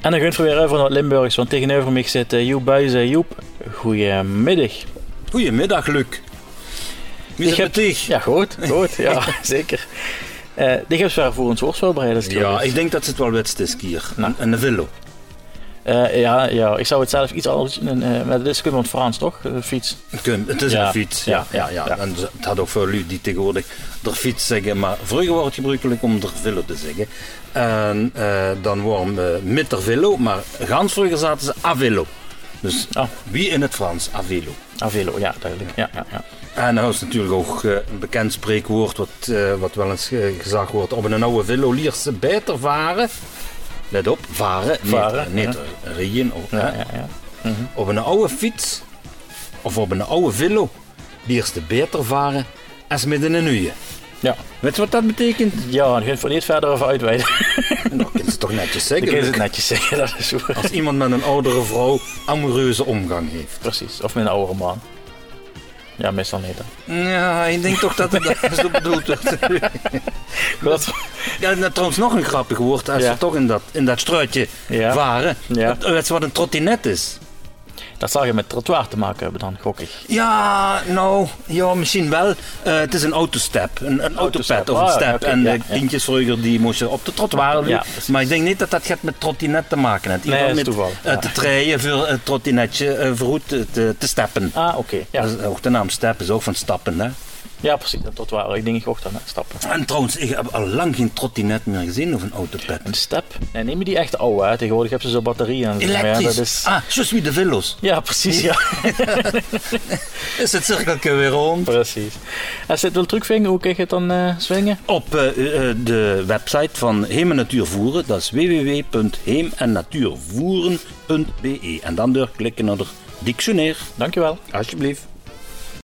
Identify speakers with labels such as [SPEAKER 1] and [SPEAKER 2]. [SPEAKER 1] En dan gaan we weer over naar het Limburgs, want tegenover mij zit eh, Joep Buizen. Joep, goedemiddag.
[SPEAKER 2] Goedemiddag, Luc. Wie is
[SPEAKER 1] heb-
[SPEAKER 2] het tegen?
[SPEAKER 1] Ja, goed, goed, ja, zeker. Eh die hebben zwaar voor ons woord voorbereid. als het
[SPEAKER 2] Ja,
[SPEAKER 1] goed is.
[SPEAKER 2] ik denk dat het wel wetst is hier.
[SPEAKER 1] Nou.
[SPEAKER 2] En een villo.
[SPEAKER 1] Eh, ja, ja, ik zou het zelf iets anders doen, eh, maar dit is gewoon het Frans, toch? Eh, fiets.
[SPEAKER 2] Kun- Het is
[SPEAKER 1] Ja,
[SPEAKER 2] een fiets.
[SPEAKER 1] ja,
[SPEAKER 2] Ja, ja, ja,
[SPEAKER 1] ja.
[SPEAKER 2] En het had ook voor jullie die tegenwoordig de fiets zeggen, maar vroeger was het gebruikelijk om de villo te zeggen. En eh, dan waren we met de villo, maar gans vroeger zaten ze avillo. Dus
[SPEAKER 1] Ah.
[SPEAKER 2] wie in het Frans? Avillo.
[SPEAKER 1] Ah, velo, ja, duidelijk. Ja, ja, ja.
[SPEAKER 2] En dat is natuurlijk ook eh, een bekend spreekwoord, wat, eh, wat wel eens eh, gezegd wordt. Op een oude villo lier ze beter varen. Let op, varen,
[SPEAKER 1] Varen,
[SPEAKER 2] niet,
[SPEAKER 1] ja.
[SPEAKER 2] niet rijden. oh,
[SPEAKER 1] Ja,
[SPEAKER 2] hè.
[SPEAKER 1] ja, ja.
[SPEAKER 2] Op een oude fiets of op een oude villo lier ze beter varen als met een uien.
[SPEAKER 1] Ja,
[SPEAKER 2] Weet je wat dat betekent?
[SPEAKER 1] ja dan gaan we er niet verder over uitweiden.
[SPEAKER 2] Nou, kun je het toch netjes
[SPEAKER 1] Ik
[SPEAKER 2] zeggen.
[SPEAKER 1] kan het
[SPEAKER 2] Luc?
[SPEAKER 1] netjes zeggen, dat is goed.
[SPEAKER 2] Als iemand met een oudere vrouw amoureuze omgang heeft.
[SPEAKER 1] Precies, of met een oude man. Ja, meestal niet. hè.
[SPEAKER 2] Ja, ik denk toch dat het zo bedoeld wordt.
[SPEAKER 1] Dat,
[SPEAKER 2] Ja, en dat trouwens nog een grappig woord als
[SPEAKER 1] Ja.
[SPEAKER 2] we toch in dat, in dat struitje
[SPEAKER 1] Ja.
[SPEAKER 2] waren.
[SPEAKER 1] Ja.
[SPEAKER 2] Dat, dat is wat een trottinet is.
[SPEAKER 1] dat zal je met trottoir te maken hebben dan, gok ik.
[SPEAKER 2] Ja, nou, ja, misschien wel. Eh, het is een autostep, een, een
[SPEAKER 1] Autostep,
[SPEAKER 2] autopad of een
[SPEAKER 1] ah,
[SPEAKER 2] step.
[SPEAKER 1] oké,
[SPEAKER 2] en
[SPEAKER 1] ja,
[SPEAKER 2] de
[SPEAKER 1] ja.
[SPEAKER 2] kindjes vroeger die moesten op de trottoir.
[SPEAKER 1] Ja, precies.
[SPEAKER 2] maar ik denk niet dat dat gaat met trottinet te maken heeft. Iemand
[SPEAKER 1] Nee, dat is
[SPEAKER 2] met,
[SPEAKER 1] toeval,
[SPEAKER 2] eh,
[SPEAKER 1] ja.
[SPEAKER 2] te treien voor het trottinetje eh vooruit te, te, te steppen.
[SPEAKER 1] Ah, oké. Ja.
[SPEAKER 2] Dat is ook de naam step is ook van stappen, hè.
[SPEAKER 1] ja, precies, dat trottoir. Ik denk ik ook dan, hè, stappen.
[SPEAKER 2] En trouwens, ik heb al lang geen trottinet meer gezien of een autopad.
[SPEAKER 1] Een step. Nee, neem je die echt oude, hè. Tegenwoordig hebben ze zo batterieën en zo. maar
[SPEAKER 2] Elektrisch.
[SPEAKER 1] Ja, dat is...
[SPEAKER 2] Ah, je suis de villos.
[SPEAKER 1] ja, precies, ja.
[SPEAKER 2] Is het cirkeltje weer rond?
[SPEAKER 1] Precies. Als je het wil terugvingen, hoe kan je het dan eh swingen?
[SPEAKER 2] Op eh, eh, de website van Heem en Natuur Voeren, dat is www.heemennatuurvoeren.be. En dan door klikken naar de dictionair,
[SPEAKER 1] Dankjewel.
[SPEAKER 2] alsjeblieft.